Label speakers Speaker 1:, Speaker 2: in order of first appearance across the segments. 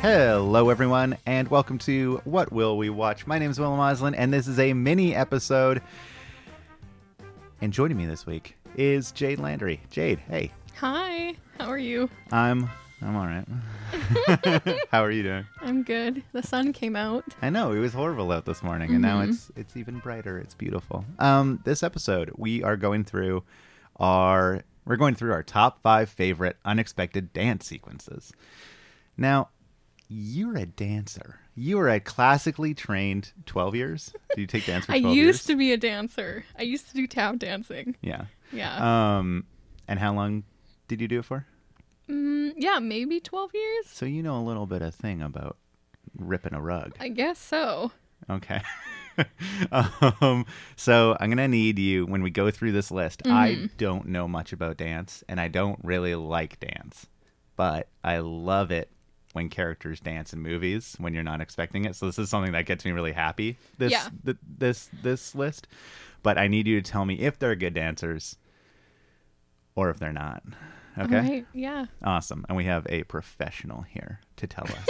Speaker 1: Hello, everyone, and welcome to What Will We Watch? My name is Willem Oslin, and this is a mini episode. And joining me this week is Jade Landry. Jade, hey,
Speaker 2: Hi, how are you?
Speaker 1: I'm I'm all right. How are you doing?
Speaker 2: I'm good. The sun came out.
Speaker 1: I know it was horrible out this morning, and
Speaker 2: Mm-hmm.
Speaker 1: now it's it's even brighter. It's beautiful. Um, this episode we are going through our we're going through our top five favorite unexpected dance sequences. Now, you're a dancer. You are a classically trained twelve years. Do you take dance for
Speaker 2: I
Speaker 1: twelve
Speaker 2: used
Speaker 1: years?
Speaker 2: to be a dancer. I used to do tap dancing.
Speaker 1: Yeah.
Speaker 2: Yeah.
Speaker 1: Um, and how long did you do it for?
Speaker 2: mm, yeah, maybe 12 years?
Speaker 1: So you know a little bit of thing about ripping a rug.
Speaker 2: I guess so.
Speaker 1: Okay. um, so I'm gonna need you when we go through this list. I don't know much about dance, and I don't really like dance, but I love it when characters dance in movies when you're not expecting it. So this is something that gets me really happy. This
Speaker 2: Yeah.
Speaker 1: th- this this list, but I need you to tell me if they're good dancers or if they're not. Okay.
Speaker 2: All right. Yeah.
Speaker 1: Awesome. And we have a professional here to tell us.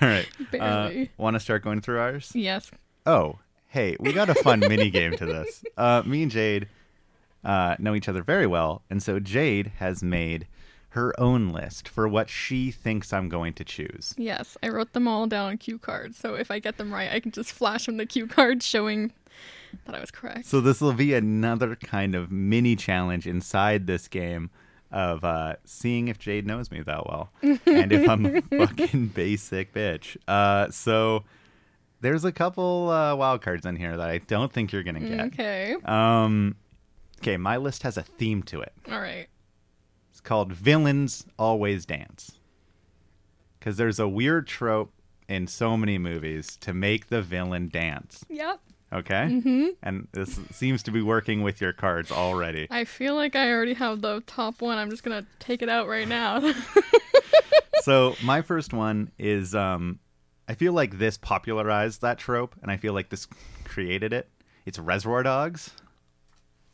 Speaker 1: All right.
Speaker 2: Barely.
Speaker 1: Want to start going through ours?
Speaker 2: Yes.
Speaker 1: Oh, hey, we got a fun mini game to this. Uh, me and Jade uh, know each other very well, and so Jade has made her own list for what she thinks I'm going to choose.
Speaker 2: Yes. I wrote them all down on cue cards. So if I get them right, I can just flash them the cue card showing that I was correct.
Speaker 1: So this will be another kind of mini challenge inside this game of uh, seeing if Jade knows me that well and if I'm a fucking basic bitch. Uh, so there's a couple uh, wild cards in here that I don't think you're gonna get.
Speaker 2: Mm, Okay.
Speaker 1: Um, okay, my list has a theme to it.
Speaker 2: All right.
Speaker 1: It's called Villains Always Dance. Because there's a weird trope in so many movies to make the villain dance.
Speaker 2: Yep.
Speaker 1: Okay? Mm-hmm. And this seems to be working with your cards already.
Speaker 2: I feel like I already have the top one. I'm just going to take it out right now.
Speaker 1: so, my first one is um, I feel like this popularized that trope, and I feel like this created it. It's Reservoir Dogs.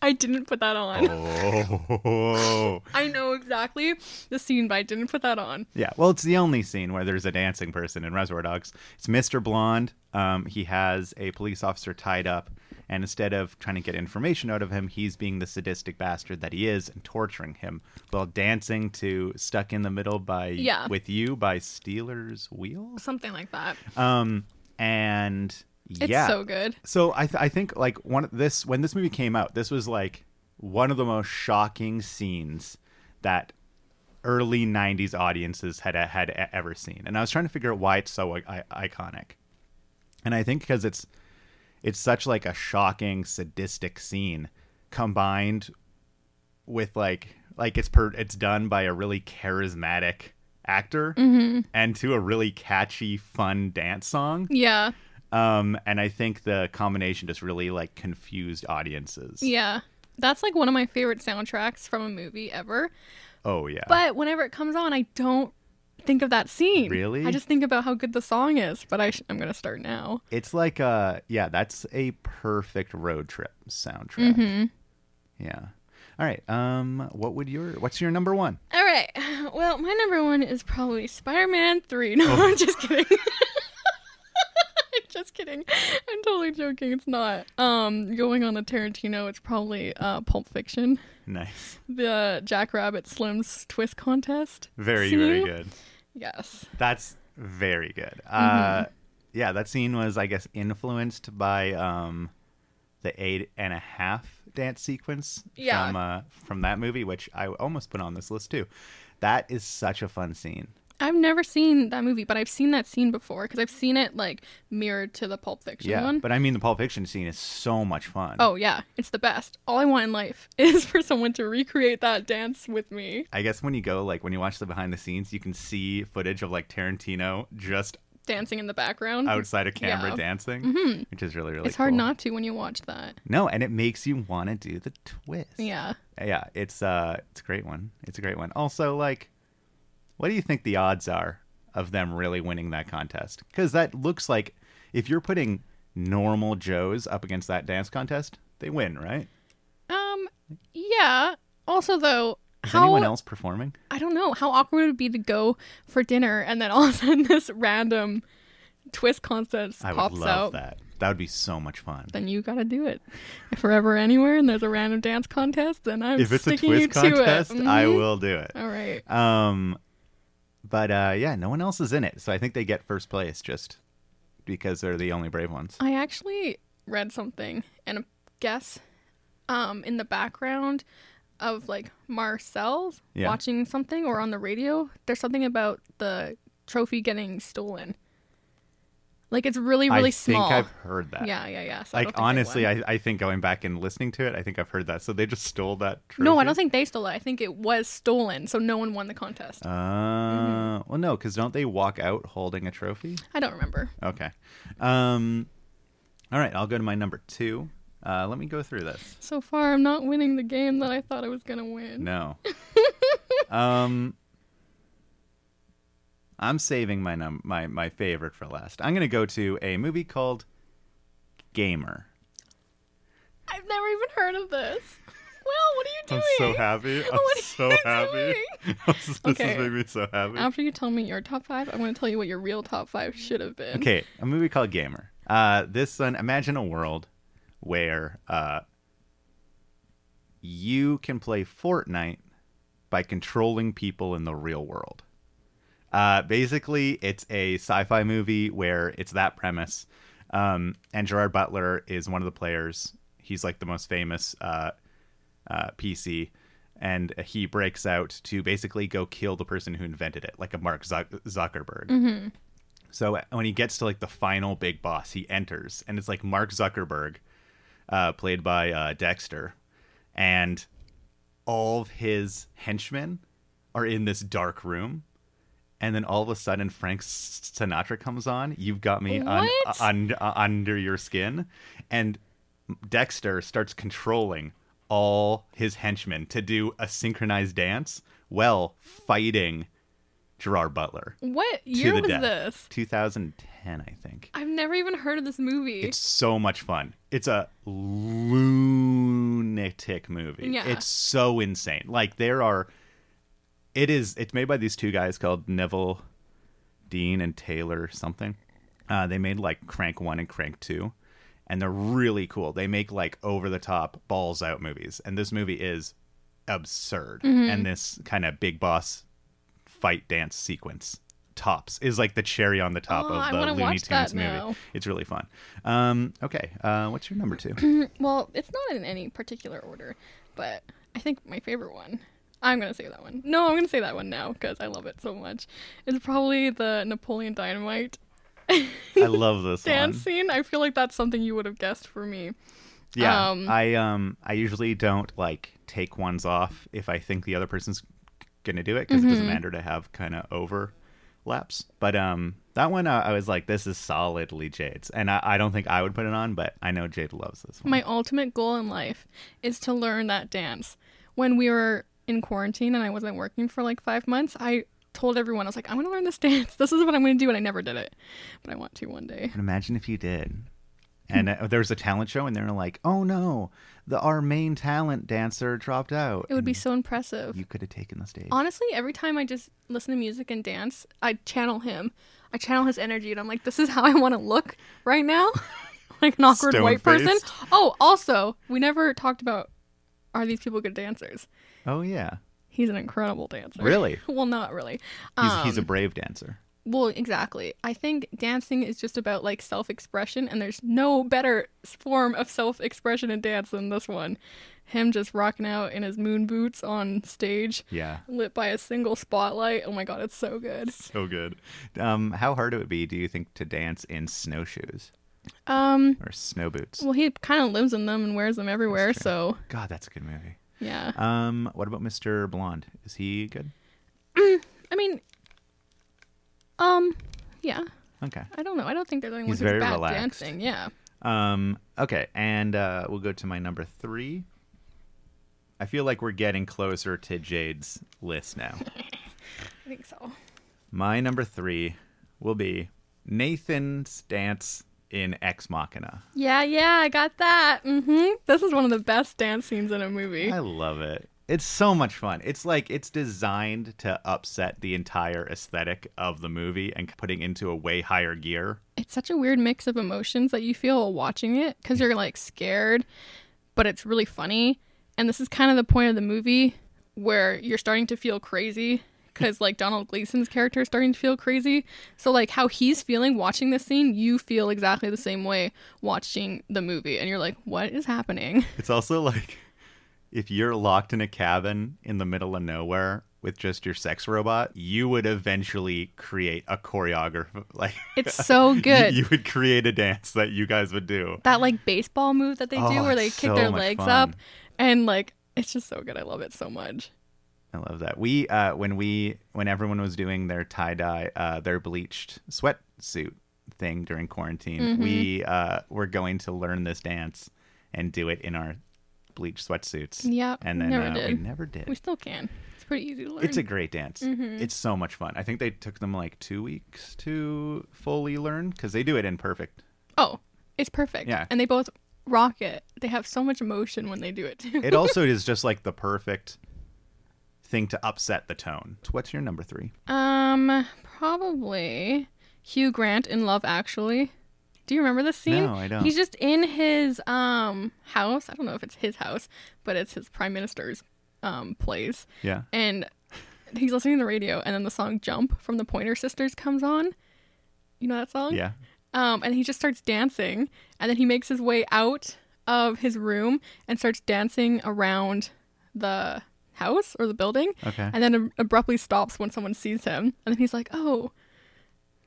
Speaker 2: I didn't put that on.
Speaker 1: Oh.
Speaker 2: I know exactly the scene, but I didn't put that on.
Speaker 1: Yeah, well, it's the only scene where there's a dancing person in Reservoir Dogs. It's Mr. Blonde. Um, he has a police officer tied up, and instead of trying to get information out of him, he's being the sadistic bastard that he is and torturing him while dancing to "Stuck in the Middle" by
Speaker 2: Yeah.
Speaker 1: with you by Steeler's Wheels.
Speaker 2: Something like that.
Speaker 1: Um, and
Speaker 2: It's
Speaker 1: yeah,
Speaker 2: so good.
Speaker 1: so I, th- I think like one of this when this movie came out, this was like one of the most shocking scenes that early '90s audiences had had e- ever seen, and I was trying to figure out why it's so I- I- iconic. And I think because it's it's such like a shocking, sadistic scene combined with like like it's per it's done by a really charismatic actor and to a really catchy, fun dance song.
Speaker 2: Yeah.
Speaker 1: Um, and I think the combination just really like confused audiences.
Speaker 2: Yeah. That's like one of my favorite soundtracks from a movie ever.
Speaker 1: Oh yeah.
Speaker 2: But whenever it comes on, I don't think of that scene.
Speaker 1: Really?
Speaker 2: I just think about how good the song is, but I sh- I'm going to start now.
Speaker 1: it's like uh yeah, that's a perfect road trip soundtrack.
Speaker 2: Mm-hmm.
Speaker 1: Yeah. All right. Um what would your what's your number one?
Speaker 2: All right. Well, my number one is probably Spider Man 3. No,
Speaker 1: Oh.
Speaker 2: I'm just kidding. I'm just kidding. I'm totally joking. It's not. Um, going on the Tarantino, it's probably uh, Pulp Fiction,
Speaker 1: Nice.
Speaker 2: the Jackrabbit Slim's twist contest.
Speaker 1: Very,
Speaker 2: scene.
Speaker 1: very good.
Speaker 2: Yes.
Speaker 1: That's very good. Uh
Speaker 2: Mm-hmm.
Speaker 1: yeah, that scene was I guess influenced by um the eight and a half dance sequence
Speaker 2: Yeah.
Speaker 1: from uh from that movie, which I almost put on this list too. That is such a fun scene.
Speaker 2: I've never seen that movie, but I've seen that scene before because I've seen it like mirrored to the Pulp Fiction
Speaker 1: Yeah,
Speaker 2: one.
Speaker 1: but I mean, the Pulp Fiction scene is so much fun.
Speaker 2: oh yeah, it's the best. All I want in life is for someone to recreate that dance with me,
Speaker 1: I guess when you go, like, when you watch the behind the scenes, you can see footage of, like, Tarantino just
Speaker 2: dancing in the background.
Speaker 1: outside of camera
Speaker 2: Mm-hmm. Yeah. Mm-hmm.
Speaker 1: dancing, which is really, really
Speaker 2: it's hard
Speaker 1: cool.
Speaker 2: not to when you watch that.
Speaker 1: No, and it makes you want to do the twist.
Speaker 2: Yeah.
Speaker 1: Yeah, it's, uh, it's a great one. It's a great one. Also, like, what do you think the odds are of them really winning that contest? Because that looks like if you're putting normal Joes up against that dance contest, they win, right?
Speaker 2: Um. Yeah. Also, though,
Speaker 1: Is
Speaker 2: How-
Speaker 1: anyone else performing?
Speaker 2: I don't know how awkward it would be to go for dinner and then all of a sudden this random twist concert
Speaker 1: I would
Speaker 2: pops
Speaker 1: love
Speaker 2: out.
Speaker 1: that. That would be so much fun.
Speaker 2: Then you gotta do it. If we're ever anywhere and there's a random dance contest, then I'm
Speaker 1: If it's a
Speaker 2: sticking you
Speaker 1: twist contest,
Speaker 2: to it. Mhm.
Speaker 1: I will do it.
Speaker 2: All right.
Speaker 1: Um, but uh, yeah, no one else is in it, so I think they get first place just because they're the only brave ones.
Speaker 2: I actually read something and a guess um in the background of like Marcel's
Speaker 1: Yeah.
Speaker 2: watching something or on the radio, there's something about the trophy getting stolen. Like it's really, really
Speaker 1: I
Speaker 2: small.
Speaker 1: think I've heard that.
Speaker 2: yeah, yeah, yeah. So I
Speaker 1: Like
Speaker 2: don't think
Speaker 1: honestly,
Speaker 2: they won.
Speaker 1: I, I think going back and listening to it, I think I've heard that. So they just stole that. Trophy?
Speaker 2: No, I don't think they stole it. I think it was stolen, so no one won the contest.
Speaker 1: Uh,
Speaker 2: Mm-hmm.
Speaker 1: well, no, because don't they walk out holding a trophy?
Speaker 2: I don't remember.
Speaker 1: Okay. Um, all right, I'll go to my number two. Uh, let me go through this.
Speaker 2: So far, I'm not winning the game that I thought I was gonna win.
Speaker 1: No. um, I'm saving my num- my my favorite for last. I'm gonna go to a movie called Gamer.
Speaker 2: I've never even heard of this. Well, what are you doing?
Speaker 1: happy. I'm
Speaker 2: What are so you happy. doing?
Speaker 1: this
Speaker 2: Okay. making
Speaker 1: me so happy.
Speaker 2: After you tell me your top five, I'm going to tell you what your real top five should have been.
Speaker 1: Okay, a movie called Gamer. Uh, this one, imagine a world where uh, you can play Fortnite by controlling people in the real world. Uh, basically, it's a sci-fi movie where it's that premise, um, and Gerard Butler is one of the players. He's like the most famous uh, uh, PC, and he breaks out to basically go kill the person who invented it, like a Mark Zuck- Zuckerberg. So when he gets to like the final big boss, he enters, and it's like Mark Zuckerberg, uh, played by uh, Dexter, and all of his henchmen are in this dark room. And then all of a sudden, Frank S- Sinatra comes on. You've got me un-
Speaker 2: What?
Speaker 1: un- uh, under your skin, and Dexter starts controlling all his henchmen to do a synchronized dance while fighting Gerard Butler.
Speaker 2: What
Speaker 1: To
Speaker 2: year
Speaker 1: the
Speaker 2: was
Speaker 1: death.
Speaker 2: this?
Speaker 1: 2010, I think.
Speaker 2: I've never even heard of this movie.
Speaker 1: It's so much fun. It's a lunatic movie.
Speaker 2: Yeah.
Speaker 1: It's so insane. Like there are it is it's made by these two guys called Neville Dean and Taylor something. Uh, they made like Crank 1 and Crank 2 and they're really cool. They make like over the top balls out movies and this movie is absurd.
Speaker 2: Mm-hmm.
Speaker 1: And this kind of big boss fight dance sequence tops is like the cherry on the top
Speaker 2: Oh, I
Speaker 1: of the
Speaker 2: wanna
Speaker 1: Looney
Speaker 2: watch
Speaker 1: Tunes
Speaker 2: that
Speaker 1: movie.
Speaker 2: now.
Speaker 1: It's really fun. Um, okay, uh, what's your number two?
Speaker 2: well, it's not in any particular order, but I think my favorite one. I'm going to say that one. No, I'm going to say that one now because I love it so much. It's probably the Napoleon Dynamite
Speaker 1: I love this
Speaker 2: dance
Speaker 1: one.
Speaker 2: scene. I feel like that's something you would have guessed for me.
Speaker 1: Yeah,
Speaker 2: um,
Speaker 1: I um I usually don't like take ones off if I think the other person's gonna do it because it
Speaker 2: Mm-hmm.
Speaker 1: doesn't matter to have kind of overlaps. But um that one uh, I was like, this is solidly Jade's, and I, I don't think I would put it on, but I know Jade loves this one.
Speaker 2: My ultimate goal in life is to learn that dance. When we were in quarantine and I wasn't working for like five months, I told everyone, I was like, I'm going to learn this dance. This is what I'm going to do. And I never did it, but I want to one day.
Speaker 1: And imagine if you did.
Speaker 2: Hmm.
Speaker 1: And uh, there was a talent show, and they were like, "Oh no, the our main talent dancer dropped out."
Speaker 2: It would be so impressive.
Speaker 1: Mm. You could have taken the stage.
Speaker 2: Honestly, every time I just listen to music and dance, I channel him. I channel his energy, and I'm like, this is how I want to look right now. like an awkward white person.
Speaker 1: Stone-faced.
Speaker 2: Oh, also, we never talked about are these people good dancers?
Speaker 1: Oh yeah,
Speaker 2: He's an incredible dancer.
Speaker 1: Really?
Speaker 2: well, not really.
Speaker 1: he's, he's a
Speaker 2: um,
Speaker 1: brave dancer.
Speaker 2: Well, exactly. I think dancing is just about like self expression, and there's no better s- form of self expression in dance than this one. Him just rocking out in his moon boots on stage,
Speaker 1: Yeah,
Speaker 2: lit by a single spotlight. Oh my god, it's so good.
Speaker 1: so Oh, good. Um, how hard it would be, do you think, to dance in snowshoes
Speaker 2: Um,
Speaker 1: or snow boots?
Speaker 2: well, he kind of lives in them and wears them everywhere,
Speaker 1: That's true.
Speaker 2: so
Speaker 1: God, that's a good movie.
Speaker 2: yeah.
Speaker 1: Um, what about Mr. Blonde? Is he good?
Speaker 2: I mean, um, yeah.
Speaker 1: Okay.
Speaker 2: I don't know. I don't think there's anyone
Speaker 1: He's
Speaker 2: who's
Speaker 1: very
Speaker 2: bad
Speaker 1: relaxed.
Speaker 2: dancing. Yeah.
Speaker 1: Um, okay, and uh, we'll go to my number three. I feel like we're getting closer to Jade's list now.
Speaker 2: I think so.
Speaker 1: My number three will be Nathan's dance in Ex Machina.
Speaker 2: Yeah, yeah, I got that. Mm-hmm. This is one of the best dance scenes in a movie.
Speaker 1: I love it. It's so much fun. It's like it's designed to upset the entire aesthetic of the movie and putting into a way higher gear.
Speaker 2: It's such a weird mix of emotions that you feel while watching it because you're like scared, but it's really funny. And this is kind of the point of the movie where you're starting to feel crazy because like Donald Gleason's character is starting to feel crazy. So like how he's feeling watching this scene, you feel exactly the same way watching the movie, and you're like, what is happening?
Speaker 1: It's also like if you're locked in a cabin in the middle of nowhere with just your sex robot, you would eventually create a choreographer. Like
Speaker 2: It's so good.
Speaker 1: you, you would create a dance that you guys would do.
Speaker 2: that like baseball move that they do
Speaker 1: Oh,
Speaker 2: where they
Speaker 1: it's
Speaker 2: kick
Speaker 1: so
Speaker 2: their
Speaker 1: much
Speaker 2: legs
Speaker 1: fun.
Speaker 2: up and like it's just so good i love it so much
Speaker 1: I love that. We uh, when we when everyone was doing their tie dye, uh, their bleached sweatsuit thing during quarantine,
Speaker 2: Mm-hmm.
Speaker 1: we uh, were going to learn this dance and do it in our bleached sweatsuits.
Speaker 2: Yeah,
Speaker 1: and then
Speaker 2: never
Speaker 1: uh, we
Speaker 2: did.
Speaker 1: never did.
Speaker 2: we Mm-hmm. still can it's pretty easy to learn
Speaker 1: It's a great dance. It's so much fun. I think they took them like two weeks to fully learn because they do it in perfect.
Speaker 2: oh it's perfect
Speaker 1: Yeah.
Speaker 2: and they both rock it they have so much emotion when they do it too
Speaker 1: It also is just like the perfect thing to upset the tone. What's your number three?
Speaker 2: um probably hugh grant in love actually do you remember this scene
Speaker 1: No, I don't.
Speaker 2: he's just in his um house i don't know if it's his house but it's his prime minister's um place
Speaker 1: Yeah.
Speaker 2: and he's listening to the radio and then the song jump from the pointer sisters comes on you know that song
Speaker 1: Yeah.
Speaker 2: um, and he just starts dancing and then he makes his way out of his room and starts dancing around the house or the building
Speaker 1: Okay.
Speaker 2: and then ab- abruptly stops when someone sees him and then he's like oh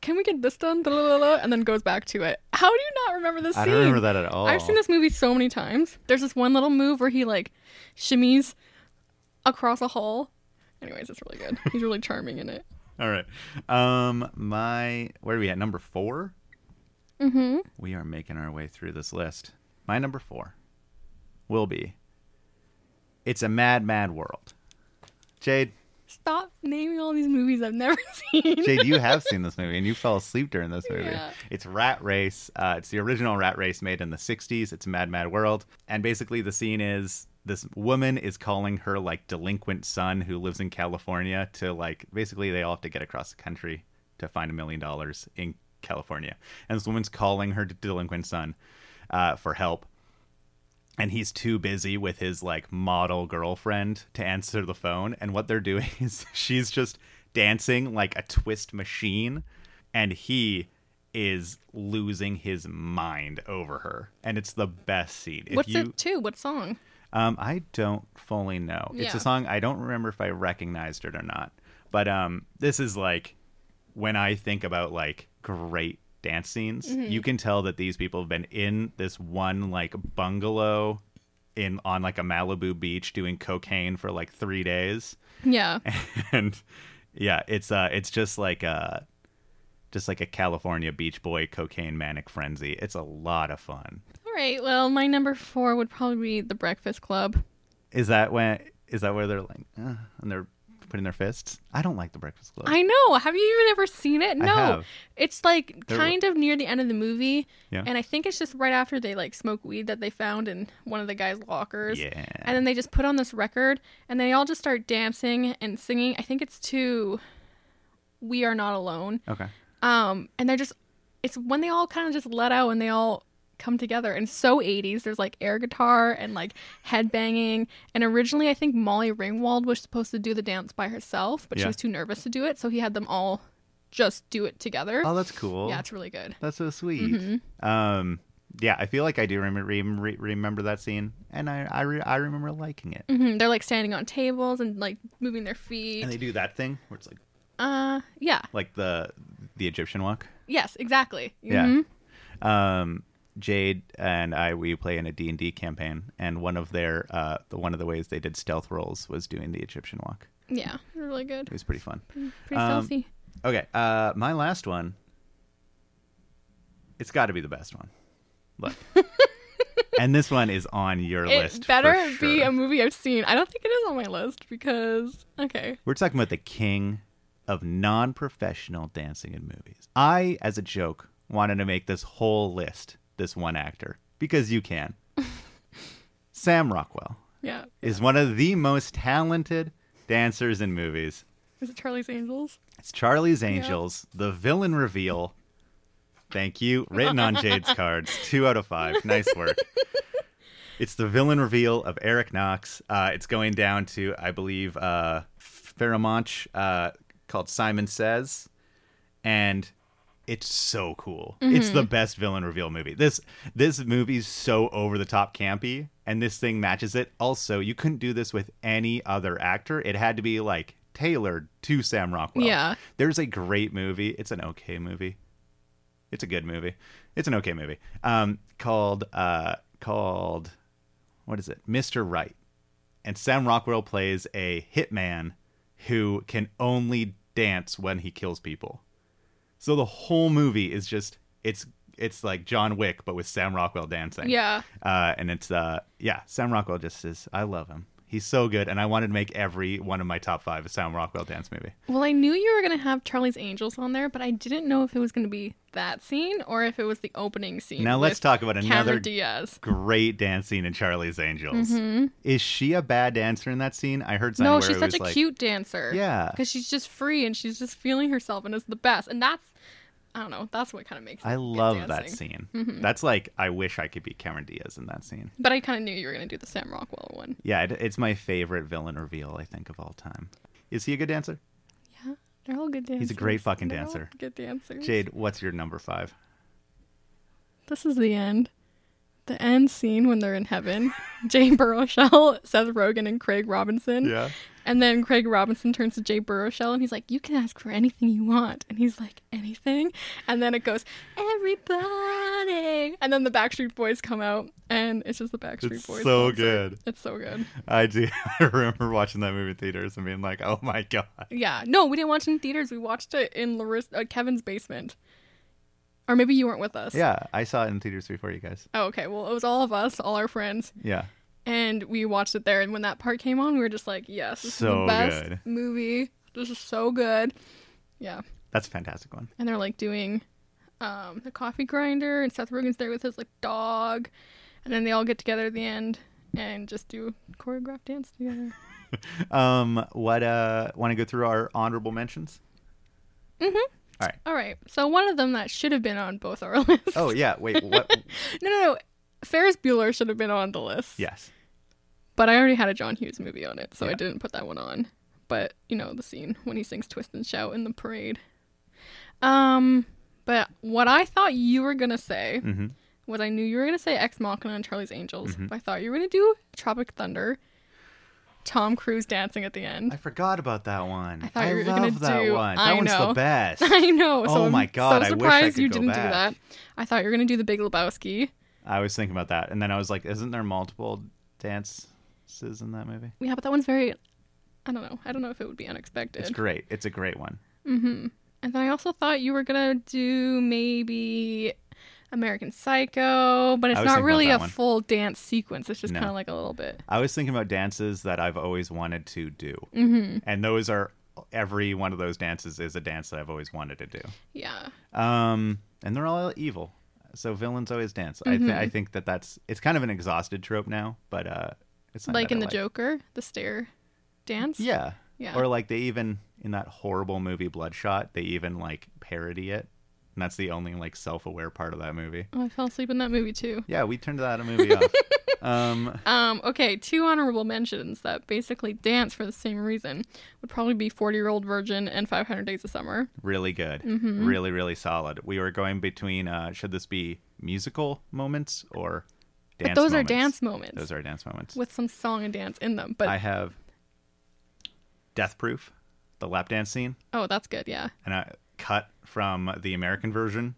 Speaker 2: can we get this done Blah, blah, blah, blah, and then goes back to it how do you not remember this
Speaker 1: I
Speaker 2: scene
Speaker 1: don't remember that at all.
Speaker 2: I've seen this movie so many times. There's this one little move where he like shimmies across a hall. Anyways, it's really good. He's really charming in it.
Speaker 1: All right. Um, my where are we at? Number 4 Mm-hmm. We are making our way through this list. My number four will be. It's a mad, mad world. Jade,
Speaker 2: Stop naming all these movies I've never seen.
Speaker 1: Jade, you have seen this movie and you fell asleep during this movie.
Speaker 2: Yeah.
Speaker 1: It's Rat Race. Uh, it's the original Rat Race made in the 60s. It's Mad Mad World. And basically, the scene is this woman is calling her like delinquent son who lives in California to like basically they all have to get across the country to find a million dollars in California. And this woman's calling her delinquent son uh, for help and he's too busy with his like model girlfriend to answer the phone and what they're doing is she's just dancing like a twist machine and he is losing his mind over her and it's the best scene if
Speaker 2: What's
Speaker 1: you
Speaker 2: it too? What song?
Speaker 1: um i don't fully know it's
Speaker 2: Yeah.
Speaker 1: a song i don't remember if i recognized it or not but um this is like when i think about like great dance scenes you can tell that these people have been in this one like bungalow in on like a Malibu beach doing cocaine for like three days,
Speaker 2: Yeah.
Speaker 1: and yeah, it's uh, it's just like a, just like a California beach boy cocaine manic frenzy. It's a lot of fun.
Speaker 2: all right. Well, my number four would probably be The Breakfast Club.
Speaker 1: Is that when? Is that where they're like, uh, and they're putting their fists? I don't like the Breakfast Club.
Speaker 2: I know. Have you even ever seen it? No.
Speaker 1: have.
Speaker 2: It's like
Speaker 1: There-
Speaker 2: kind of near the end of the movie.
Speaker 1: Yeah.
Speaker 2: And I think it's just right after they like smoke weed that they found in one of the guy's lockers.
Speaker 1: Yeah.
Speaker 2: And then they just put on this record and they all just start dancing and singing. I think it's to We Are Not Alone.
Speaker 1: okay,
Speaker 2: Um, and they're just it's when they all kind of just let out and they all come together and so 80s there's like air guitar and like headbanging and originally i think molly ringwald was supposed to do the dance by herself but she
Speaker 1: Yeah.
Speaker 2: was too nervous to do it so he had them all just do it together
Speaker 1: oh, that's cool.
Speaker 2: yeah it's Mm-hmm. really good
Speaker 1: That's so sweet. Um, yeah, I feel like I do remember re- remember that scene, and I I, re- I remember liking it.
Speaker 2: Mhm, they're like standing on tables and like moving their feet
Speaker 1: And they do that thing where it's like
Speaker 2: uh yeah
Speaker 1: like the the Egyptian walk.
Speaker 2: yes exactly
Speaker 1: Yeah.
Speaker 2: Mhm.
Speaker 1: Um, Jade and I we play in a D and D campaign, and one of their uh, the one of the ways they did stealth rolls was doing the Egyptian walk.
Speaker 2: Mm-hmm. yeah they're really good
Speaker 1: It was pretty fun.
Speaker 2: pretty
Speaker 1: Um,
Speaker 2: stealthy
Speaker 1: Okay, uh, my last one. It's got to be the best one. Look. and this one is on your list.
Speaker 2: it
Speaker 1: for
Speaker 2: better be
Speaker 1: sure.
Speaker 2: a movie i've seen i don't think it is on my list because okay
Speaker 1: We're talking about the king of non professional dancing in movies. I, as a joke, wanted to make this whole list this one actor because you can. Sam Rockwell.
Speaker 2: Yeah.
Speaker 1: is one of the most talented dancers in movies.
Speaker 2: Is it Charlie's Angels?
Speaker 1: It's Charlie's Angels, the villain reveal. Thank you. Written on Jade's cards. Two out of five. Nice work. it's the villain reveal of Eric Knox. Uh, it's going down to, I believe, uh, Fairmont, uh, called Simon Says. And it's so cool. It's the best villain reveal movie. This this movie's so over the top campy, and this thing matches it. Also, you couldn't do this with any other actor. It had to be like tailored to Sam Rockwell.
Speaker 2: Yeah.
Speaker 1: there's a great movie. It's an okay movie. It's a good movie. It's an okay movie. Um, called uh called what is it? Mr. Right. And Sam Rockwell plays a hitman who can only dance when he kills people. So the whole movie is just it's it's like John Wick but with Sam Rockwell dancing.
Speaker 2: Yeah.
Speaker 1: Uh, and it's uh yeah, Sam Rockwell just is I love him. He's so good and I wanted to make every one of my top 5 a Sam Rockwell dance movie.
Speaker 2: Well, I knew you were going to have Charlie's Angels on there, but I didn't know if it was going to be that scene or if it was the opening scene.
Speaker 1: Now let's
Speaker 2: with
Speaker 1: talk about
Speaker 2: Cameron
Speaker 1: another
Speaker 2: Diaz.
Speaker 1: great dance scene in Charlie's Angels. Is she a bad dancer in that scene? I heard somewhere
Speaker 2: Mm-hmm. No,
Speaker 1: it
Speaker 2: she's
Speaker 1: was
Speaker 2: such a
Speaker 1: like,
Speaker 2: cute dancer.
Speaker 1: Yeah.
Speaker 2: Because she's just free and she's just feeling herself and it's the best. And that's, I don't know, that's what kind of makes it
Speaker 1: I
Speaker 2: good
Speaker 1: love that
Speaker 2: dancing.
Speaker 1: scene. That's like I wish I could be Cameron Diaz in that scene.
Speaker 2: But I kind of knew you were going to do the Sam Rockwell one.
Speaker 1: Yeah, it, it's my favorite villain reveal I think of all time. Is he a good dancer?
Speaker 2: Yeah. They're all good dancers.
Speaker 1: a great fucking
Speaker 2: They're all
Speaker 1: dancer.
Speaker 2: Good dancers.
Speaker 1: Jade, what's your number 5?
Speaker 2: This is the end. The end scene when they're in heaven. Jay Burrowshell, Seth Rogen, and Craig Robinson. And then Craig Robinson turns to Jay Burrowshell and he's like, You can ask for anything you want. And he's like, Anything? And then it goes, Everybody. And then the Backstreet Boys come out and it's just the Backstreet
Speaker 1: It's
Speaker 2: Boys.
Speaker 1: so
Speaker 2: concert.
Speaker 1: good.
Speaker 2: It's so good.
Speaker 1: I do. I remember watching that movie in theaters and being like, "Oh my god!"
Speaker 2: Yeah. No, we didn't watch it in theaters. We watched it in Larissa, uh, Kevin's basement. Or maybe you weren't with us.
Speaker 1: Yeah, I saw it in theaters before you guys.
Speaker 2: Oh, okay. Well, it was all of us, all our friends.
Speaker 1: Yeah,
Speaker 2: and we watched it there. And when that part came on, we were just like, "Yes, this is
Speaker 1: So
Speaker 2: the best
Speaker 1: good.
Speaker 2: movie. This is so good." Yeah,
Speaker 1: that's a fantastic one.
Speaker 2: and they're like doing um, the coffee grinder, and Seth Rogen's there with his like dog, and then they all get together at the end and just do choreographed dance together.
Speaker 1: Um, what? Uh, want to go through our honorable mentions?
Speaker 2: All right, so one of them that should have been on both our lists.
Speaker 1: Oh yeah. Wait. What?
Speaker 2: No, no, no. Ferris Bueller should have been on the list.
Speaker 1: yes.
Speaker 2: But I already had a John Hughes movie on it, so I
Speaker 1: Yeah.
Speaker 2: didn't put that one on. But you know the scene when he sings "Twist and Shout" in the parade. Um, but what I thought you were gonna say
Speaker 1: Mm-hmm.
Speaker 2: was I knew you were gonna say Ex Machina and Charlie's Angels. But I thought you were gonna do Tropic Thunder, Tom Cruise dancing at the end.
Speaker 1: I forgot about that one. I,
Speaker 2: thought you were
Speaker 1: love
Speaker 2: gonna
Speaker 1: that
Speaker 2: do-
Speaker 1: one.
Speaker 2: I
Speaker 1: that one's
Speaker 2: know.
Speaker 1: the best.
Speaker 2: I know. So
Speaker 1: Oh
Speaker 2: I'm
Speaker 1: my God, I
Speaker 2: So
Speaker 1: wish I
Speaker 2: surprised
Speaker 1: could
Speaker 2: you
Speaker 1: go
Speaker 2: didn't do
Speaker 1: back.
Speaker 2: that. I thought you were gonna do The Big Lebowski.
Speaker 1: I was thinking about that, and then I was like, "Isn't there multiple dances in that movie?"
Speaker 2: Yeah, but that one's very. I don't know. I don't know if it would be unexpected. Mm-hmm.
Speaker 1: It's great. It's a great one.
Speaker 2: And then I also thought you were gonna do maybe American Psycho, but
Speaker 1: I
Speaker 2: it's
Speaker 1: was thinking
Speaker 2: not
Speaker 1: about
Speaker 2: really
Speaker 1: that
Speaker 2: a
Speaker 1: one.
Speaker 2: full dance sequence. It's just
Speaker 1: No.
Speaker 2: kind of like a little bit.
Speaker 1: I was thinking about dances that I've always wanted to do, mm-hmm. and those are every one of those dances is a dance that I've always wanted to do.
Speaker 2: Yeah.
Speaker 1: Um, and they're all evil, so villains always dance. I, th- I
Speaker 2: Mm-hmm.
Speaker 1: think that that's it's kind of an exhausted trope now, but uh, it's something
Speaker 2: like
Speaker 1: that
Speaker 2: in
Speaker 1: I
Speaker 2: The Joker, the stair dance.
Speaker 1: Yeah.
Speaker 2: Yeah.
Speaker 1: Or like they even in that horrible movie Bloodshot, they even like parody it, and that's the only like self-aware part of that movie.
Speaker 2: Oh, I fell asleep in that movie too.
Speaker 1: Yeah, we turned that movie off. Um,
Speaker 2: Um, okay, two honorable mentions that basically dance for the same reason would probably be 40 Year Old Virgin and 500 Days of Summer.
Speaker 1: really good
Speaker 2: Mm-hmm.
Speaker 1: really really solid we were going between uh should this be musical moments or dance
Speaker 2: but those
Speaker 1: moments?
Speaker 2: are dance moments
Speaker 1: those are dance moments
Speaker 2: with some song and dance in them. But
Speaker 1: i have death proof the lap dance scene
Speaker 2: oh, that's good. Yeah.
Speaker 1: and i cut from the american version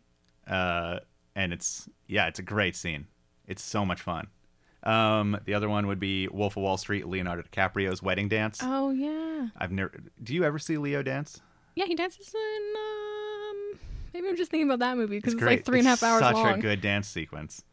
Speaker 1: uh and it's yeah it's a great scene it's so much fun um the other one would be wolf of wall street leonardo dicaprio's wedding dance
Speaker 2: Oh yeah.
Speaker 1: i've never do you ever see leo dance
Speaker 2: Yeah, he dances in. Um, maybe I'm just thinking about that movie because it's,
Speaker 1: great.
Speaker 2: like three and a half hours
Speaker 1: such
Speaker 2: long.
Speaker 1: a good dance sequence.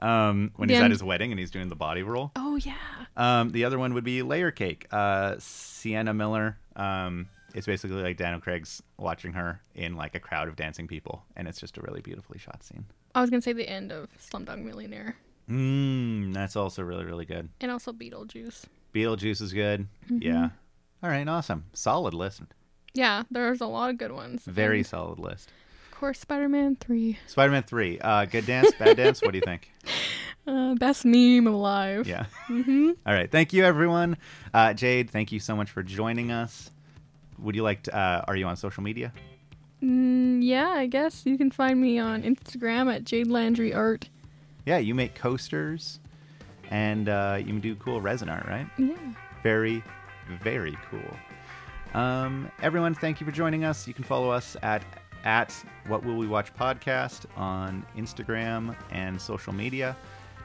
Speaker 1: Um, when
Speaker 2: The
Speaker 1: he's at
Speaker 2: end-
Speaker 1: his wedding and he's doing the body roll.
Speaker 2: oh yeah,
Speaker 1: Um, the other one would be Layer Cake. Uh, Sienna Miller. Um, it's basically like Daniel Craig's watching her in like a crowd of dancing people, and it's just a really beautifully shot scene.
Speaker 2: I was gonna say the end of Slumdog Millionaire.
Speaker 1: Mm, That's also really really good.
Speaker 2: and also Beetlejuice.
Speaker 1: Beetlejuice is good.
Speaker 2: Mm-hmm.
Speaker 1: Yeah. All right, awesome. Solid list.
Speaker 2: Yeah, there's a lot of good ones.
Speaker 1: Very
Speaker 2: And,
Speaker 1: solid list.
Speaker 2: of course, Spider Man 3.
Speaker 1: Spider Man 3. Uh, good dance, bad dance. What do you think?
Speaker 2: Uh, best meme alive.
Speaker 1: Yeah. All right. Thank you, everyone. Uh, Jade, thank you so much for joining us. Would you like to, uh, are you on social media?
Speaker 2: Mm, yeah, I guess you can find me on Instagram at Jade Landry Art.
Speaker 1: Yeah, you make coasters and uh, you do cool resin art, right?
Speaker 2: Yeah.
Speaker 1: Very, very cool. Um, everyone, thank you for joining us. You can follow us at at What Will We Watch podcast on Instagram and social media.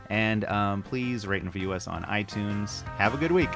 Speaker 1: And um, please rate and review us on iTunes. Have a good week.